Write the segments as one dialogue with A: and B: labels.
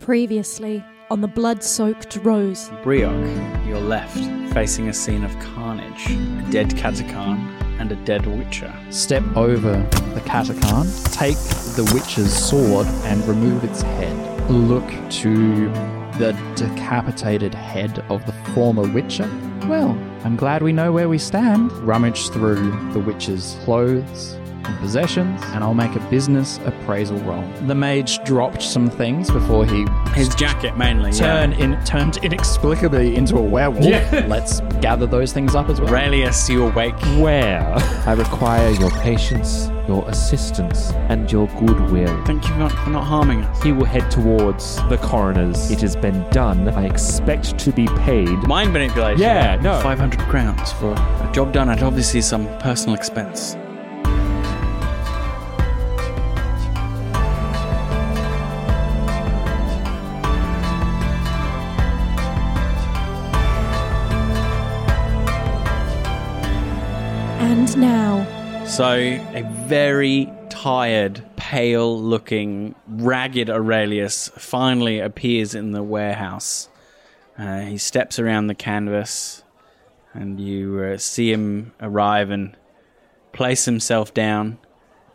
A: Previously, on the blood soaked rose,
B: Brioc, your left, facing a scene of carnage, a dead Katakan and a dead Witcher.
C: Step over the Katakan, take the witch's sword and remove its head. Look to the decapitated head of the former witcher. Well, I'm glad we know where we stand. Rummage through the witcher's clothes and possessions, and I'll make a business appraisal roll. The mage dropped some things before he
B: His jacket mainly.
C: turn
B: yeah.
C: in, turned inexplicably into a werewolf.
B: Yeah.
C: Let's gather those things up as well.
B: Aurelius, you awake.
D: Where I require your patience, your assistance, and your goodwill.
B: Thank you for not, for not harming us.
D: He will head towards the coroner's. It has been done. I expect to be paid.
B: Mind manipulation.
D: Yeah, no.
B: 500 crowns for a job done at obviously some personal expense.
A: and now
B: So, a very tired, pale looking, ragged Aurelius finally appears in the warehouse. Uh, he steps around the canvas, and you uh, see him arrive and place himself down.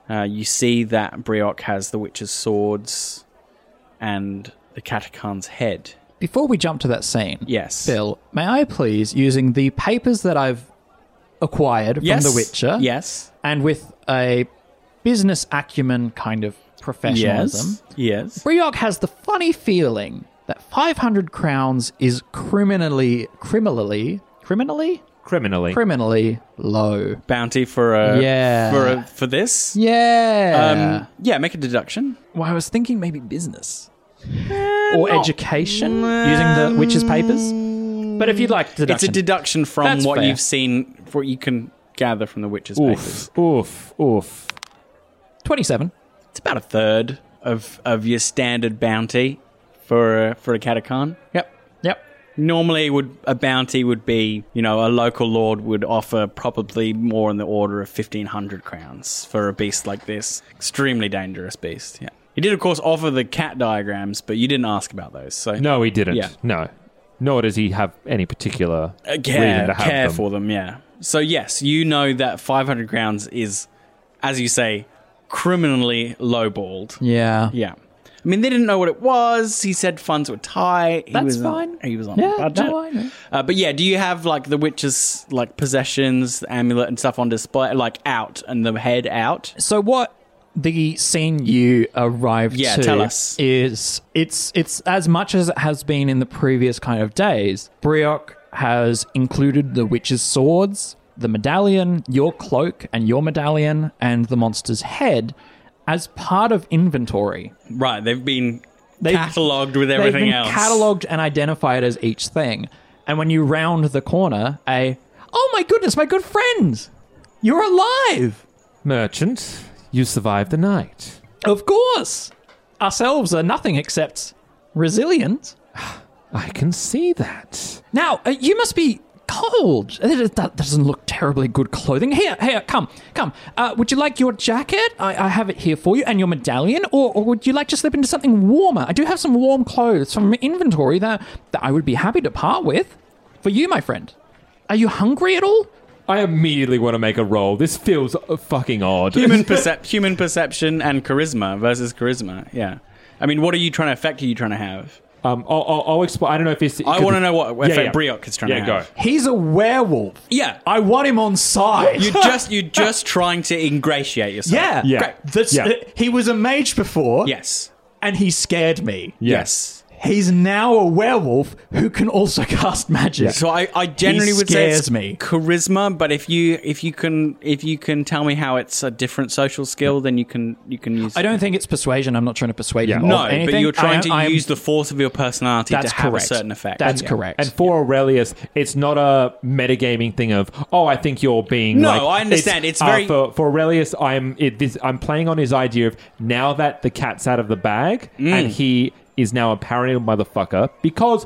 B: Uh, you see that Brioc has the witch's swords and the catacan's head.
C: Before we jump to that scene,
B: Yes.
C: Bill, may I please, using the papers that I've acquired from
B: yes.
C: The Witcher,
B: Yes.
C: and with a business acumen kind of professionalism,
B: Yes. Yes.
C: Brioc has the funny feeling that 500 crowns is criminally, criminally, criminally,
D: Criminally.
C: criminally low.
B: Bounty for a
C: Yeah.
B: for a, for this.
C: Yeah.
B: Um, yeah, make a deduction.
C: well, I was thinking maybe business or education using the witch's papers. But if you'd like,
B: It's a
C: deduction.
B: deduction from
C: That's
B: what
C: fair.
B: you've seen, what you can gather from the witch's papers.
D: oof, oof, oof.
C: 27.
B: It's about a third of of your standard bounty for a, for a catacomb.
C: Yep. Yep.
B: Normally, would a bounty would be you know a local lord would offer probably more in the order of fifteen hundred crowns for a beast like this, extremely dangerous beast. Yeah, he did of course offer the cat diagrams, but you didn't ask about those. So
D: No, he didn't.
B: Yeah.
D: No. Nor does he have any particular
B: Uh,
D: reason
B: care,
D: to have
B: care
D: them.
B: for them. Yeah. So yes, you know that 500 crowns is, as you say, criminally
C: Mm.
B: lowballed.
C: Yeah.
B: Yeah. I mean, they didn't know what it was. He said funds were tight. He
C: That's
B: was
C: fine.
B: On, he was on
C: Yeah,
B: budget.
C: no, I know.
B: Uh, but yeah, do you have like the witch's like possessions, the amulet and stuff on display, like out and the head out?
C: So what the scene you arrived
B: Yeah,
C: to
B: tell us.
C: is it's it's as much as it has been in the previous kind of days. Brioc has included the witch's swords, the medallion, your cloak and your medallion, and the monster's head as part of inventory.
B: Right. They've been
C: They've-
B: catalogued with everything
C: they've been
B: else.
C: Catalogued and identified as each thing. And when you round the corner, a oh my goodness, my good friend, you're alive.
D: Merchant, you survived the night.
C: Of course! Ourselves are nothing except resilient.
E: I can see that.
C: Now, uh, you must be cold. Uh, That that doesn't look terribly good clothing. Here, here, come, come. Uh, would you like your jacket? I, I have it here for you, and your medallion, or, or would you like to slip into something warmer? I do have some warm clothes from inventory that, that I would be happy to part with. For you, my friend. Are you hungry at all?
D: I immediately want to make a roll. This feels uh, fucking odd.
B: Human, percep- human perception and charisma versus charisma. Yeah. I mean, what are you trying to affect? Are you trying to have?
D: Um, I'll, I'll, I'll explain. I don't know if this.
B: I want to know what
D: Yeah,
B: effect
D: yeah.
B: Brioc is trying
D: Yeah,
B: to
D: go.
B: have.
F: He's a werewolf.
B: Yeah.
F: I want him on side.
B: You're just you're just trying to ingratiate yourself.
F: yeah.
D: Yeah.
F: Great. That's,
D: Yeah.
F: uh, he was a mage before.
B: Yes.
F: And he scared me.
B: Yes.
F: He's now a werewolf who can also cast magic.
B: So I, I generally would say
F: scares
B: it's
F: me.
B: charisma, but if you if you can if you can tell me how it's a different social skill, then you can you can use.
C: I don't think it's persuasion. I'm not trying to persuade you.
B: no,
C: of anything.
B: but you're
C: I
B: trying
C: am-
B: to
C: I am-
B: use the force of your personality to
C: That's
B: have
C: correct.
B: a certain effect.
C: That's
B: Yeah.
C: correct.
D: And for Aurelius, it's not a metagaming thing of oh, I think you're being.
B: No,
D: like,
B: I understand. It's
D: uh,
B: very-
D: for, for Aurelius. I'm it, this, I'm playing on his idea of now that the cat's out of the bag
B: Mm.
D: and he is now a paranoid motherfucker because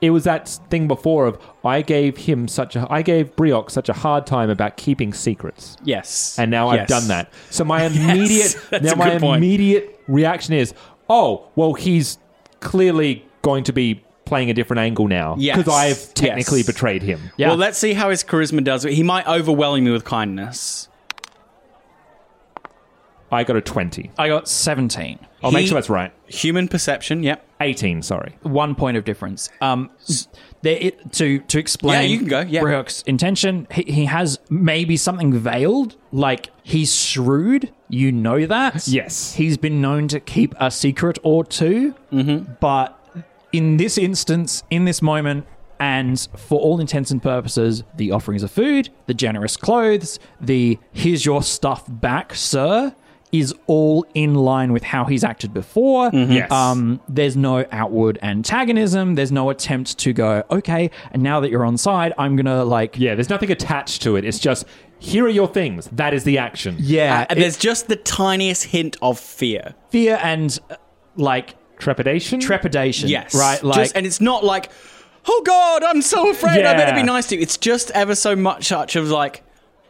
D: it was that thing before of I gave him such a I gave Brioc such a hard time about keeping secrets.
B: Yes.
D: And now
B: Yes.
D: I've done that. So my immediate
B: That's
D: now
B: a
D: my
B: good point.
D: immediate reaction is, oh, well, he's clearly going to be playing a different angle now
B: Yes.
D: because I've technically
B: Yes.
D: betrayed him.
C: Yeah.
B: Well, let's see how his charisma does. He might overwhelm me with kindness.
D: I got a twenty.
C: I got 17.
D: I'll
B: He-
D: make sure that's right.
B: Human perception. Yep.
D: Eighteen. Sorry.
C: one point of difference. Um, there, it, to to explain,
B: Yeah, you can go, yeah.
C: Brioch's intention. He, he has maybe something veiled, like he's shrewd. You know that.
D: Yes.
C: he's been known to keep a secret or 2 but in this instance, in this moment. And for all intents and purposes, the offerings of food, the generous clothes, the here's your stuff back, sir, is all in line with how he's acted before.
B: Mm-hmm.
D: Yes.
C: Um, there's no outward antagonism. There's no attempt to go, okay, and now that you're on side, I'm going to like.
D: Yeah. There's nothing attached to it. It's just here are your things. That is the action.
C: Yeah.
B: Uh,
C: it's
B: there's just the tiniest hint of fear.
C: fear and uh, like
D: Trepidation.
C: trepidation.
B: Yes.
C: Right? Like,
B: Just- and it's not like, oh God, I'm so afraid. I better
D: Yeah.
B: be nice to you. It's just ever so much such of like,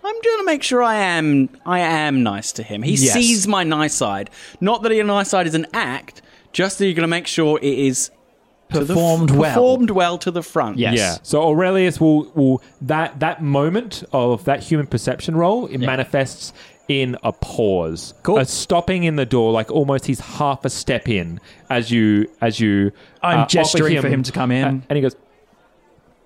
B: I'm going to make sure I am, I am nice to him. He
C: Yes.
B: sees my nice side. Not that your nice side is an act, just that you're going to make sure it is to the f-
C: Performed well.
B: performed well to the front.
C: Yes.
D: Yeah. So Aurelius will will that that moment of that human perception role it manifests in a pause,
C: Cool.
D: a stopping in the door, like almost he's half a step in as you as you. uh,
C: I'm
D: offer
C: gesturing for him to come in.
D: A- and he goes,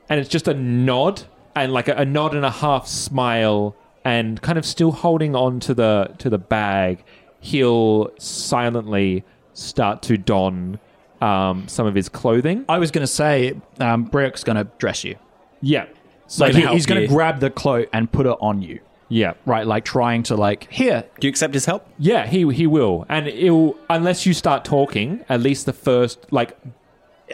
D: and it's just a nod and like a, a nod and a half smile, and kind of still holding on to the to the bag, he'll silently start to don um, some of his clothing.
C: I was going to say, um, Brioch's going to dress you.
D: Yeah. So
C: Like,
B: to
C: he-
B: help
C: he's going
B: you.
C: to grab the cloak and put it on you.
D: yeah.
C: Right? Like, trying to, like, here.
B: Do you accept his help?
D: Yeah, he he will, and it'll unless you start talking. At least the first like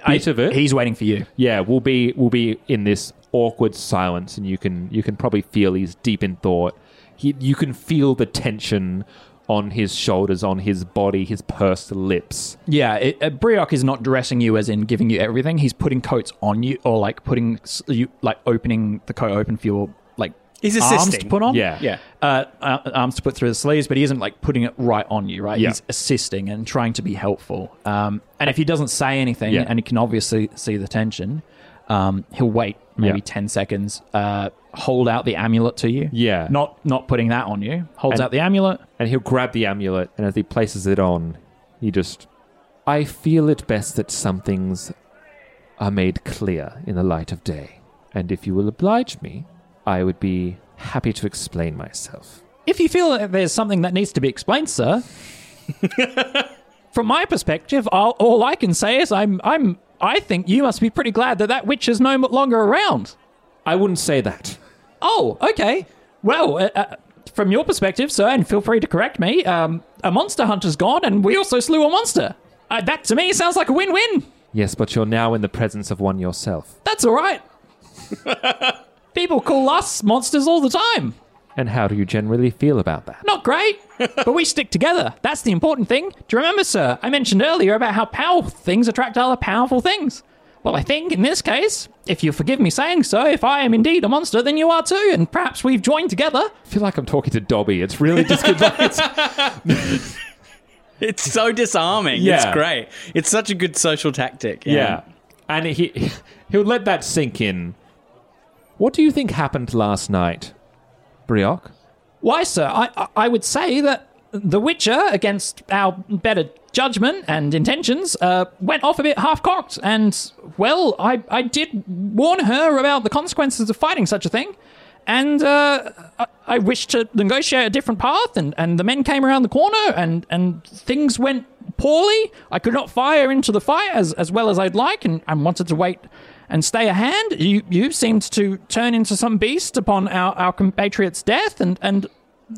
D: bit of it,
C: He's waiting for you.
D: yeah, will be will be in this awkward silence, and you can you can probably feel he's deep in thought. He, you can feel the tension on his shoulders, on his body, his pursed lips.
C: Yeah, it, uh, Brioch is not dressing you as in giving you everything. He's putting coats on you, or like putting s- you, like opening the coat open for your like
B: He's
C: arms to
B: assisting.
C: put on.
D: Yeah.
B: Yeah.
C: uh, uh, arms to put through the sleeves, but he isn't like putting it right on you, right?
D: Yeah.
C: He's assisting and trying to be helpful. Um, and if he doesn't say anything,
D: Yeah.
C: and he can obviously see the tension, um, he'll wait maybe
D: Yeah.
C: ten seconds, uh, hold out the amulet to you.
D: Yeah.
C: not not putting that on you. Holds
D: And-
C: out the amulet.
D: And he'll grab the amulet, and as he places it on, he just. I feel it best that some things are made clear in the light of day. And if you will oblige me, I would be happy to explain myself.
C: If you feel that there's something that needs to be explained, sir, from my perspective, I'll, all I can say is I'm I'm I think you must be pretty glad that that witch is no longer around.
D: I wouldn't say that.
C: Oh, okay. Well, uh, uh, from your perspective, sir, and feel free to correct me. Um, a monster hunter's gone, and we also slew a monster. Uh, that to me sounds like a win-win.
D: Yes, but you're now in the presence of one yourself.
C: That's all right. People call us monsters all the time.
D: And how do you generally feel about that?
C: Not great, but we stick together. That's the important thing. Do you remember, sir? I mentioned earlier about how powerful things attract other powerful things. Well, I think in this case, if you forgive me saying so, if I am indeed a monster, then you are too, and perhaps we've joined together.
D: I feel like I'm talking to Dobby. It's really just good. it's,
B: It's so disarming. It's
D: Yeah.
B: great. It's such a good social tactic.
D: yeah. And he he'll let that sink in. What do you think happened last night, Brioc?
C: Why, sir? I, I- I would say that The Witcher, against our better judgment and intentions, uh, went off a bit half cocked. And, well, I, I did warn her about the consequences of fighting such a thing. And uh, I, I wished to negotiate a different path, and, and the men came around the corner, and, and things went poorly. I could not fire into the fight as, as well as I'd like, and, and wanted to wait and stay a hand. You you seemed to turn into some beast upon our, our compatriot's death, and and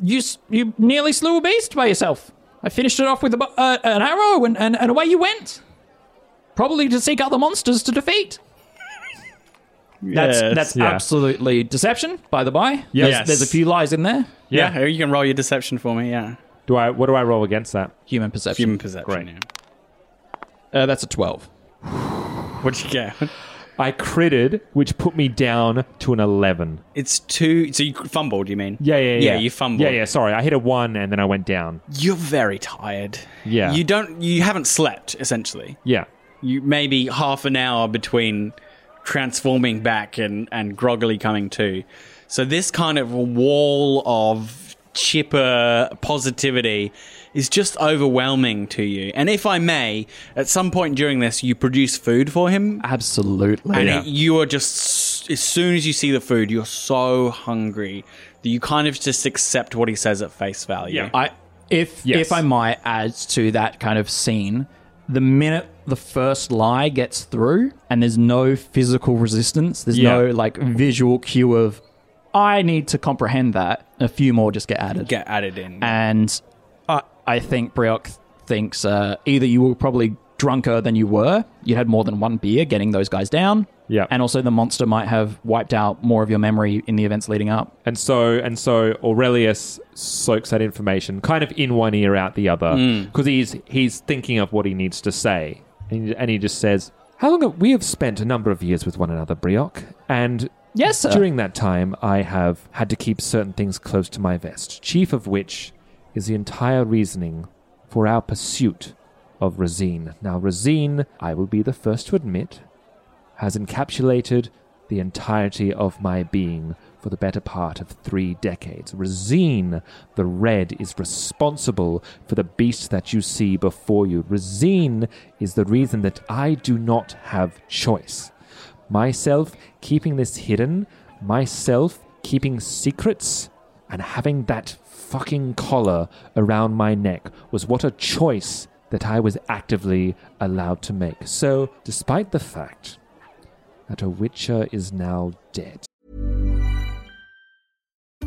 C: you s- you nearly slew a beast by yourself. I finished it off with a, bu- uh, an arrow, and, and, and away you went. Probably to seek other monsters to defeat.
B: Yes,
C: that's that's
B: yeah.
C: absolutely deception, by the by. There's,
B: Yes.
C: there's a few lies in there.
B: Yeah. yeah. Oh, You can roll your deception for me. Yeah.
D: Do I what do I roll against that?
C: Human perception.
B: Human perception. Yeah.
C: Uh, that's a 12.
B: What'd you get?
D: I critted, which put me down to an eleven.
B: It's two. So you fumbled, you mean?
D: Yeah, yeah, yeah.
B: Yeah, you fumbled.
D: Yeah, yeah. Sorry, I hit a one and then I went down.
B: You're very tired.
D: Yeah.
B: You don't. You haven't slept essentially.
D: Yeah.
B: You maybe half an hour between transforming back and and groggily coming to. So this kind of wall of chipper positivity is just overwhelming to you. And if I may, at some point during this, you produce food for him.
G: Absolutely.
B: And it- you are just, as soon as you see the food, you're so hungry that you kind of just accept what he says at face value.
D: Yeah.
C: I if
B: Yes.
C: if I might add to that kind of scene, the minute the first lie gets through and there's no physical resistance, there's
D: Yeah.
C: no like visual cue of I need to comprehend that. A few more just get added.
B: Get added in.
C: And I I think Brioc thinks uh, either you were probably drunker than you were, you had more than one beer getting those guys down.
D: Yeah.
C: And also the monster might have wiped out more of your memory in the events leading up.
D: And so and so Aurelius soaks that information kind of in one ear out the other because he's he's thinking of what he needs to say and, and he just says, "How long have, we have spent a number of years with one another, Brioc, and
C: Yes, sir.
D: during that time I have had to keep certain things close to my vest, chief of which is the entire reasoning for our pursuit of Rosine. Now Rosine, I will be the first to admit, has encapsulated the entirety of my being for the better part of three decades. Razine the Red is responsible for the beast that you see before you. Razine is the reason that I do not have choice. Myself keeping this hidden, myself keeping secrets, and having that fucking collar around my neck was what a choice that I was actively allowed to make. So, despite the fact that a witcher is now dead.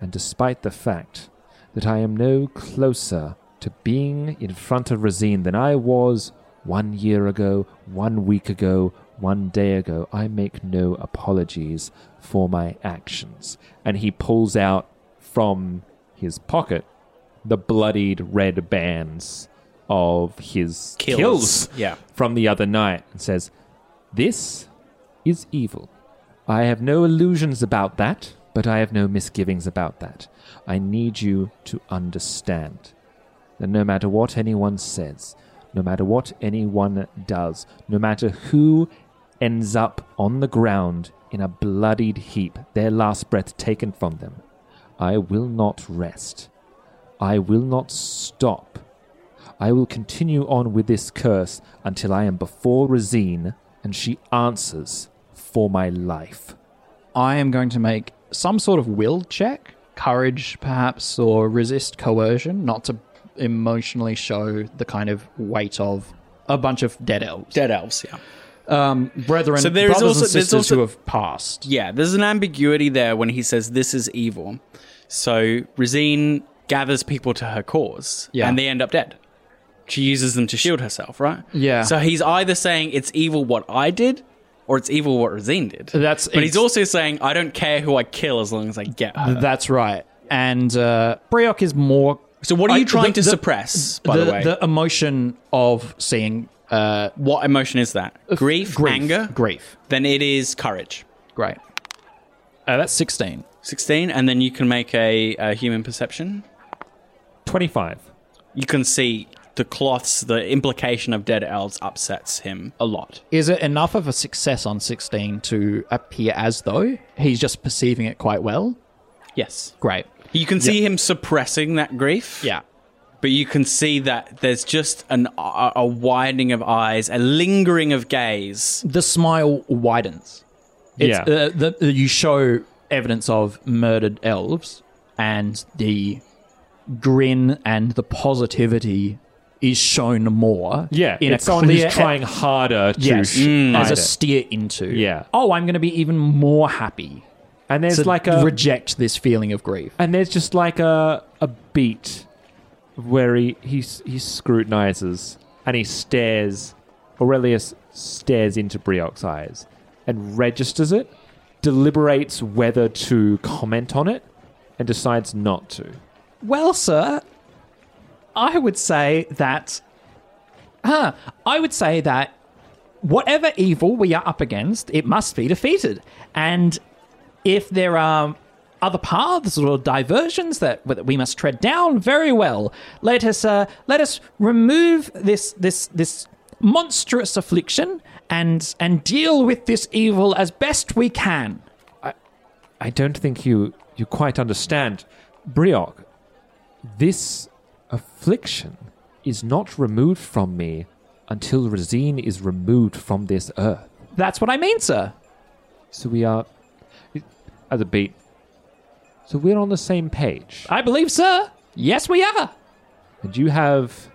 D: and despite the fact that I am no closer to being in front of Rosine than I was one year ago, one week ago, one day ago, I make no apologies for my actions. And he pulls out from his pocket the bloodied red bands of his
B: Kills.
D: kills,
B: Yeah.
D: from the other night and says, This is evil. I have no illusions about that, but I have no misgivings about that. I need you to understand that no matter what anyone says, no matter what anyone does, no matter who ends up on the ground in a bloodied heap, their last breath taken from them, I will not rest. I will not stop. I will continue on with this curse until I am before Razine and she answers for my life.
C: I am going to make some sort of will check, courage perhaps, or resist coercion, not to emotionally show the kind of weight of a bunch of dead elves.
B: Dead elves, yeah.
C: Um, brethren,
B: So there is
C: brothers
B: also-
C: and
B: there's
C: sisters
B: also-
C: who have passed.
B: Yeah, there's an ambiguity there when he says this is evil. So Razine gathers people to her cause,
C: Yeah.
B: and they end up dead. She uses them to shield herself, right?
C: Yeah.
B: So he's either saying it's evil what I did, or it's evil what Razine did.
C: That's
B: But he's also saying I don't care who I kill as long as I get her.
C: That's right. And uh, Brioc is more.
B: So what are you trying to suppress, by the way?
C: The emotion of seeing. Uh,
B: what emotion is that? Grief,
C: grief,
B: anger,
C: grief.
B: Then it is courage.
C: Great. Uh, that's sixteen.
B: Sixteen, and then you can make a, a human perception.
H: Twenty-five.
B: You can see the cloths. The implication of dead elves upsets him a lot.
C: Is it enough of a success on 16 to appear as though he's just perceiving it quite well?
B: Yes.
C: Great.
B: You can see him suppressing that grief.
C: Yeah.
B: But you can see that there's just an, a, a widening of eyes, a lingering of gaze.
C: The smile widens. It's,
B: Yeah.
C: Uh, the, the- you show evidence of murdered elves, and the grin and the positivity is shown more.
H: Yeah,
C: in
H: it's
C: a
H: someone
C: clear-
H: who's trying harder to
C: Yes, Mm.
H: sh-
C: as
H: hide
C: a
H: it.
C: steer into.
H: Yeah.
C: Oh, I'm going to be even more happy.
H: And there's
C: to
H: like a
C: reject this feeling of grief.
H: and there's just like a a beat where he he s- he scrutinizes and he stares. Aurelius stares into Brioc's eyes and registers it, deliberates whether to comment on it, and decides not to.
C: Well, sir, I would say that. Huh, I would say that whatever evil we are up against, it must be defeated. And if there are other paths or diversions that that we must tread down, very well. Let us uh, let us remove this this this monstrous affliction and and deal with this evil as best we can.
D: I don't think you you quite understand, Brioc. This affliction is not removed from me until Razine is removed from this earth.
C: That's what I mean, sir.
D: So we are as a beat. So we're on the same page,
C: I believe, sir. Yes, we are.
D: and you have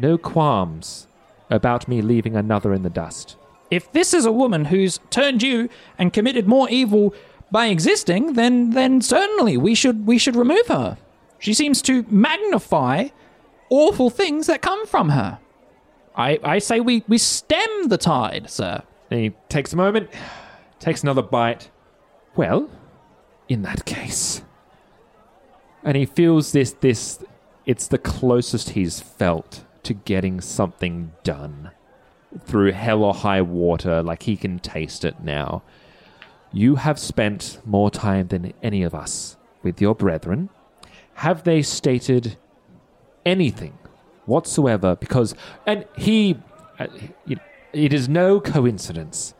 D: no qualms about me leaving another in the dust.
C: if this is a woman who's turned you and committed more evil by existing, then then certainly we should we should remove her. She seems to magnify awful things that come from her. I, I say we, we stem the tide, sir.
H: And he takes a moment, takes another bite.
D: Well, in that case. And he feels this this it's the closest he's felt to getting something done. Through hell or high water, like he can taste it now. You have spent more time than any of us with your brethren. Have they stated anything whatsoever? Because, and he, uh, you know, it is no coincidence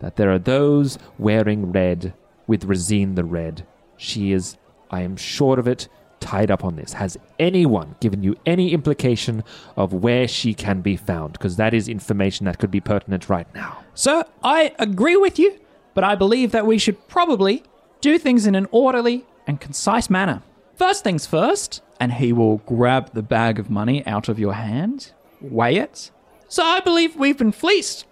D: that there are those wearing red with Razine the Red. She is, I am sure of it, tied up on this. Has anyone given you any implication of where she can be found? Because that is information that could be pertinent right now.
C: Sir, I agree with you, but I believe that we should probably do things in an orderly and concise manner. First things first, and he will grab the bag of money out of your hand, weigh it. So I believe we've been fleeced.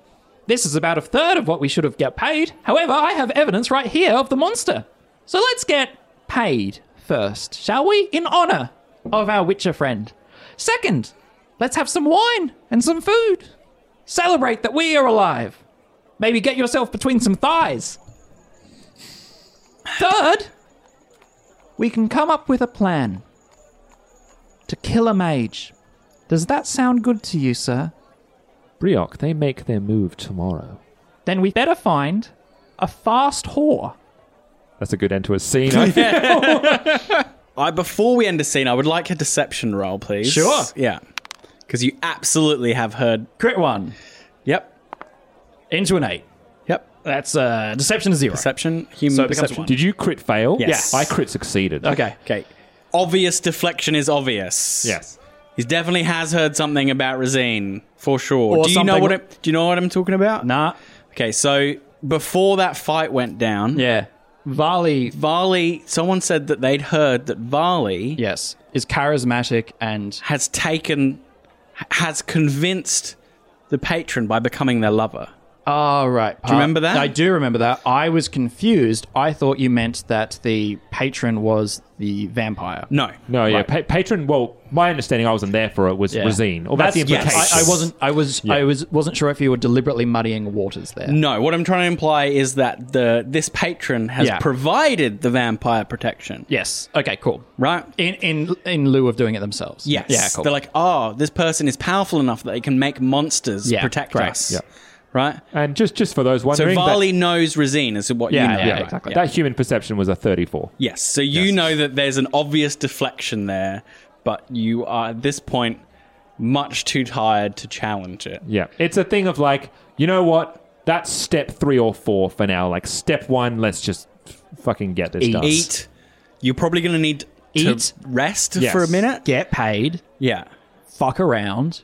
C: This is about a third of what we should have get paid. However, I have evidence right here of the monster. So let's get paid first, shall we? In honor of our Witcher friend. Second, let's have some wine and some food. Celebrate that we are alive. Maybe get yourself between some thighs. Third, we can come up with a plan to kill a mage. Does that sound good to you, sir?
D: Brioc, they make their move tomorrow.
C: Then we better find a fast whore.
D: That's a good end to a scene. I think.
B: I, before we end the scene, I would like a deception roll, please.
C: Sure.
B: Yeah. Because you absolutely have heard.
C: Crit one.
B: Yep.
C: Into an eight.
B: Yep.
C: That's uh, deception is zero.
B: Deception. Human
C: So it becomes
B: perception.
C: one.
D: Did you crit fail?
C: Yes.
D: I crit succeeded.
C: Okay.
B: Okay. Obvious deflection is obvious.
D: Yes.
B: He definitely has heard something about Razine for sure.
C: Or
B: do you know
C: something-
B: what? It, do you know what I'm talking about?
C: Nah.
B: Okay, so before that fight went down,
C: Yeah. Vali
B: Varley. Someone said that they'd heard that Varley
C: Yes, is charismatic and
B: has taken, has convinced the patron by becoming their lover.
C: oh right.
B: Do you remember that?
C: I do remember that. I was confused. I thought you meant that the patron was the vampire.
B: No.
D: No, yeah.
C: Right.
D: Pa- patron, well, my understanding, I wasn't there for it, was
C: Yeah.
D: Razine. Well, that's, the
B: That's-
D: implication.
B: yes.
C: I, I wasn't. I was. I was. Wasn't sure if you were deliberately muddying waters there.
B: No, what I'm trying to imply is that the this patron has
C: Yeah.
B: provided the vampire protection,
C: Yes. Okay. Cool.
B: right?
C: In in in lieu of doing it themselves.
B: Yes.
C: Yeah. Cool.
B: They're like, oh, this person is powerful enough that they can make monsters
C: Yeah,
B: protect
C: great.
B: us.
D: Yeah.
B: Right?
D: And just, just for those
B: So
D: wondering,
B: Varley knows Razine is what
C: Yeah,
B: you know.
D: that, yeah,
C: right,
D: exactly.
C: yeah.
D: That human perception was a 34.
B: Yes. So you know that there's an obvious deflection there, but you are at this point much too tired to challenge it.
D: Yeah. It's a thing of like, you know what? That's step three or four for now. Like, step one, let's just f- fucking get this done.
B: Eat. You're probably going to need
C: Eat.
B: to rest
D: Yes.
B: for a minute.
C: Get paid.
B: Yeah.
C: Fuck around.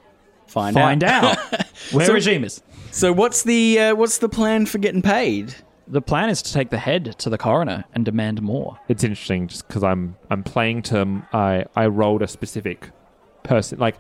B: Find,
C: Find out where
B: So-
C: regime is.
B: so what's the uh, what's the plan for getting paid?
C: The plan is to take the head to the coroner and demand more.
D: It's interesting just because I'm I'm playing to m- I I rolled a specific person like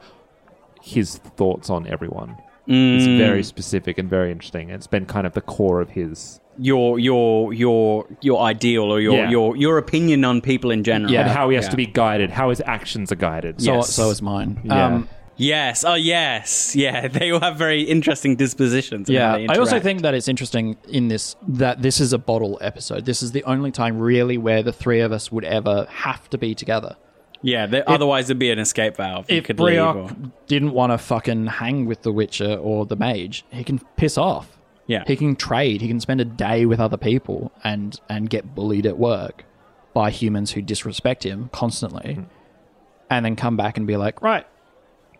D: his thoughts on everyone. It's very specific and very interesting. It's been kind of the core of his
B: Your your your your ideal or your
D: Yeah.
B: your your opinion on people in general.
D: and how he has
B: Yeah.
D: to be guided, how his actions are guided.
C: So
D: So
B: Yes.
C: so is mine.
D: Yeah.
C: Um,
B: Yes. Oh, yes. Yeah. They all have very interesting dispositions. and how
C: Yeah,
B: they
C: I also
B: interact.
C: think that it's interesting in this that this is a bottle episode. This is the only time really where the three of us would ever have to be together.
B: Yeah. There, otherwise, there'd be an escape valve. You
C: if
B: could leave. Or,
C: Brioc didn't want to fucking hang with the Witcher or the Mage, he can piss off.
B: yeah.
C: He can trade. He can spend a day with other people and and get bullied at work by humans who disrespect him constantly,
B: Mm-hmm.
C: and then come back and be like, right,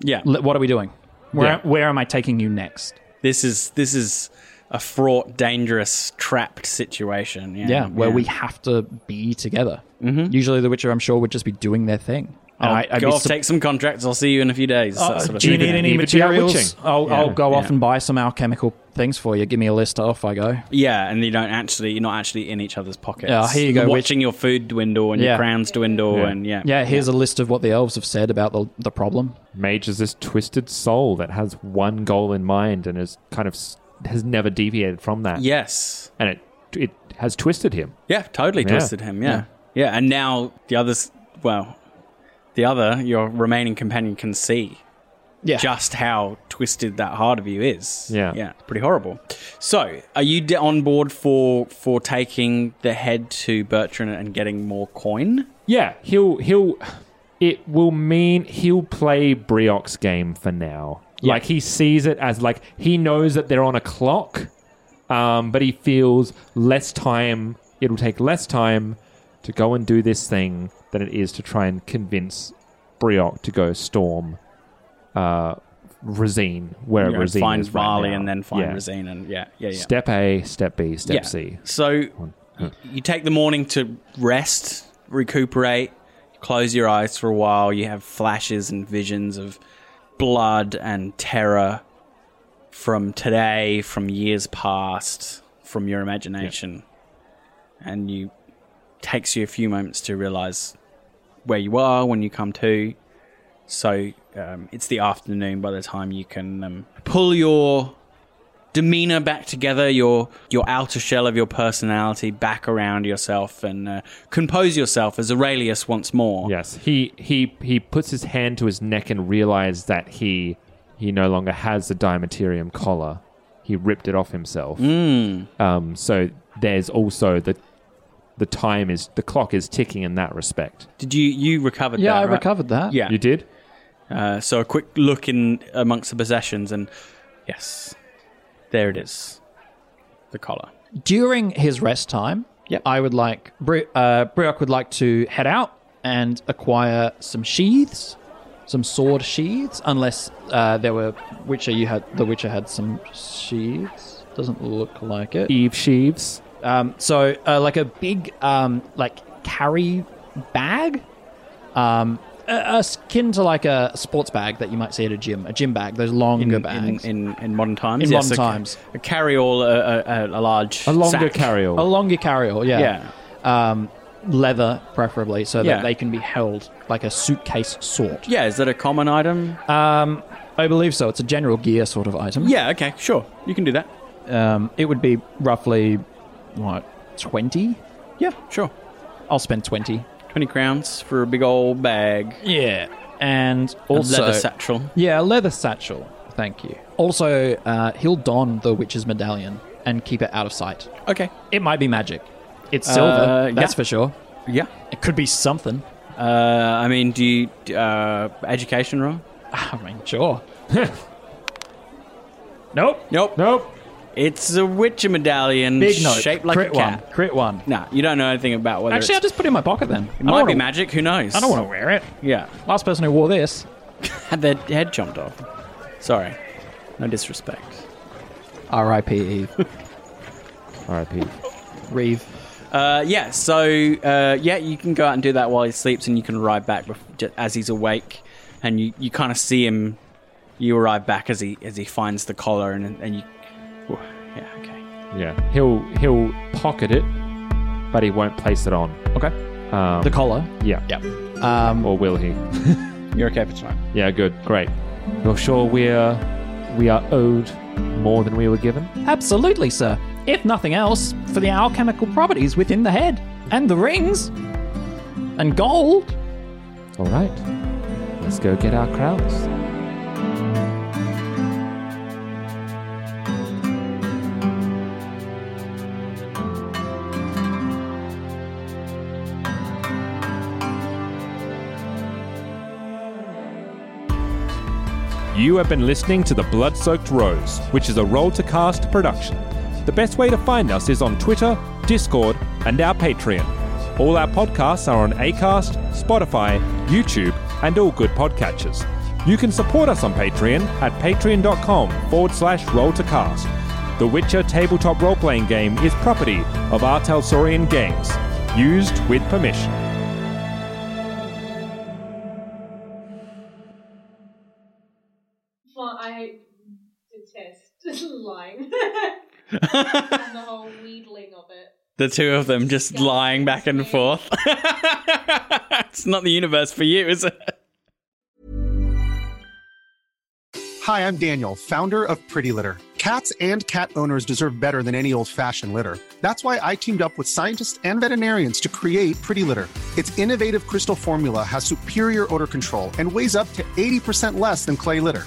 B: yeah.
C: l- what are we doing? Where
D: Yeah.
C: where am I taking you next?
B: This is this is a fraught, dangerous, trapped situation. Yeah.
C: yeah, where we have to be together. Mm-hmm. Usually, The Witcher, I'm sure, would just be doing their thing.
B: I'll
C: And I'd
B: go
C: be
B: off,
C: sup-
B: take some contracts. I'll see you in a few days.
C: Oh,
B: that sort of
C: do you
B: thing.
C: need any
D: Even if you're out
C: materials?
D: witching.
C: I'll,
D: Yeah.
C: I'll go off
B: Yeah.
C: and buy some alchemical things for you. Give me a list. Off I go.
B: Yeah, and you don't actually. You're not actually in each other's pockets.
C: Yeah, Ah, here you go,
B: Watching your food dwindle and
C: Yeah.
B: your crowns dwindle,
D: Yeah.
B: and yeah,
C: Yeah, here's a list of what the elves have said about the, the problem.
D: Mage is this twisted soul that has one goal in mind and is kind of s- has never deviated from that.
B: Yes.
D: and it it has twisted him.
B: Yeah, totally
D: Yeah.
B: twisted him. Yeah. yeah, and now the others. Well, the other, your remaining companion, can see
C: Yeah,
B: just how twisted that heart of you is.
D: Yeah.
B: yeah, it's pretty horrible. So, are you d- on board for for taking the head to Bertrand and getting more coin?
D: Yeah, he'll he'll it will mean he'll play Brioc's game for now.
B: Yeah.
D: Like he sees it as like he knows that they're on a clock, um, but he feels less time. It'll take less time to go and do this thing than it is to try and convince Brioc to go storm uh, Razine, wherever
B: You know,
D: Razine
B: find
D: is right
B: Varley
D: now.
B: and then find
D: Yeah.
B: Rosine and yeah, yeah, yeah.
D: Step A, step B, step
B: yeah.
D: C.
B: So y- you take the morning to rest, recuperate, close your eyes for a while. You have flashes and visions of blood and terror from today, from years past, from your imagination. And you takes you a few moments to realize where you are when you come to. So um, it's the afternoon by the time you can um, pull your demeanor back together, your your outer shell of your personality back around yourself, and uh, compose yourself as Aurelius once more.
D: Yes, he he he puts his hand to his neck and realizes that he he no longer has the dimaterium collar. He ripped it off himself. Um, so there's also the the time is the clock is ticking in that respect.
B: Did you you recovered?
C: yeah,
B: that,
C: I
B: right?
C: recovered that.
B: Yeah.
D: You did?
B: Uh, so a quick look in amongst the possessions, and yes, there it is, the collar.
C: During his rest time,
I: Yep.
C: I would like Bri- uh, Brioc would like to head out and acquire some sheaths, some sword sheaths. Unless uh, there were Witcher, you had the Witcher had some sheaths. Doesn't look like it.
D: Eve sheaves.
C: Um, so uh, like a big um, like carry bag, um, a, a skin to like a sports bag that you might see at a gym, a gym bag. Those longer bags
B: in, in, in modern times.
C: In
B: yes,
C: modern
B: a,
C: times.
B: a carryall, a, a, a, a large,
C: A longer
B: sack.
C: carryall. A longer carryall,
B: Yeah.
C: yeah. Um, leather, preferably, so that
B: Yeah.
C: they can be held like a suitcase sort.
B: Yeah, is that a common item?
C: Um, I believe so. It's a general gear sort of item.
B: Yeah, okay, sure. You can do that.
C: Um, it would be roughly, what, 20?
B: Yeah, sure.
C: I'll spend 20.
B: 20 crowns for a big old bag.
C: Yeah. And
B: A
C: also.
B: leather satchel.
C: Yeah, a leather satchel. Thank you. Also, uh, he'll don the witch's medallion and keep it out of sight.
B: Okay.
C: It might be magic. It's
B: Uh,
C: silver,
B: yeah.
C: that's for sure.
B: Yeah.
C: It could be something.
B: Uh, I mean, do you. d- Uh, education roll?
C: I mean, sure. nope.
B: Nope.
D: Nope.
B: It's a Witcher medallion
C: Big note.
B: shaped like
C: Crit
B: a cat.
C: one. Crit one.
B: Nah, you don't know anything about whether
C: Actually, I'll
B: it's,
C: just put it in my pocket then.
B: it might be magic. Who knows?
C: I don't want to wear it.
B: Yeah,
C: Last person who wore this.
B: had their head chomped off. Sorry, no disrespect.
C: R.I.P.
B: E.
C: Eve.
J: R.I.P.
C: Reeve.
B: Uh, yeah, so uh, yeah, you can go out and do that while he sleeps, and you can arrive back bef- ju- as he's awake, and you, you kind of see him. You arrive back as he as he finds the collar, and and you, Whew, yeah, okay.
D: Yeah, he'll he'll pocket it, but he won't place it on.
C: Okay.
D: Um,
C: The collar.
D: Yeah.
C: Yep. Um,
D: Or will he?
B: You're okay for tonight.
D: Yeah. Good. Great. You're sure we're we are owed more than we were given?
C: Absolutely, sir. If nothing else, for the alchemical properties within the head and the rings and gold.
J: All right. Let's go get our crowns.
D: You have been listening to The Blood Soaked Rose, which is a roll to cast production. The best way to find us is on Twitter, Discord, and our Patreon. All our podcasts are on Acast, Spotify, YouTube, and all good podcatchers. You can support us on Patreon at patreon.com forward slash roll to cast. The Witcher tabletop role playing game is property of Artel Saurian Games, used with permission.
A: Well, I detest lying. and the whole wheedling of it.
B: The two of them just lying back and forth. it's not the universe for you, is it?
K: Hi, I'm Daniel, founder of Pretty Litter. Cats and cat owners deserve better than any old fashioned litter. That's why I teamed up with scientists and veterinarians to create Pretty Litter. Its innovative crystal formula has superior odor control and weighs up to 80% less than clay litter.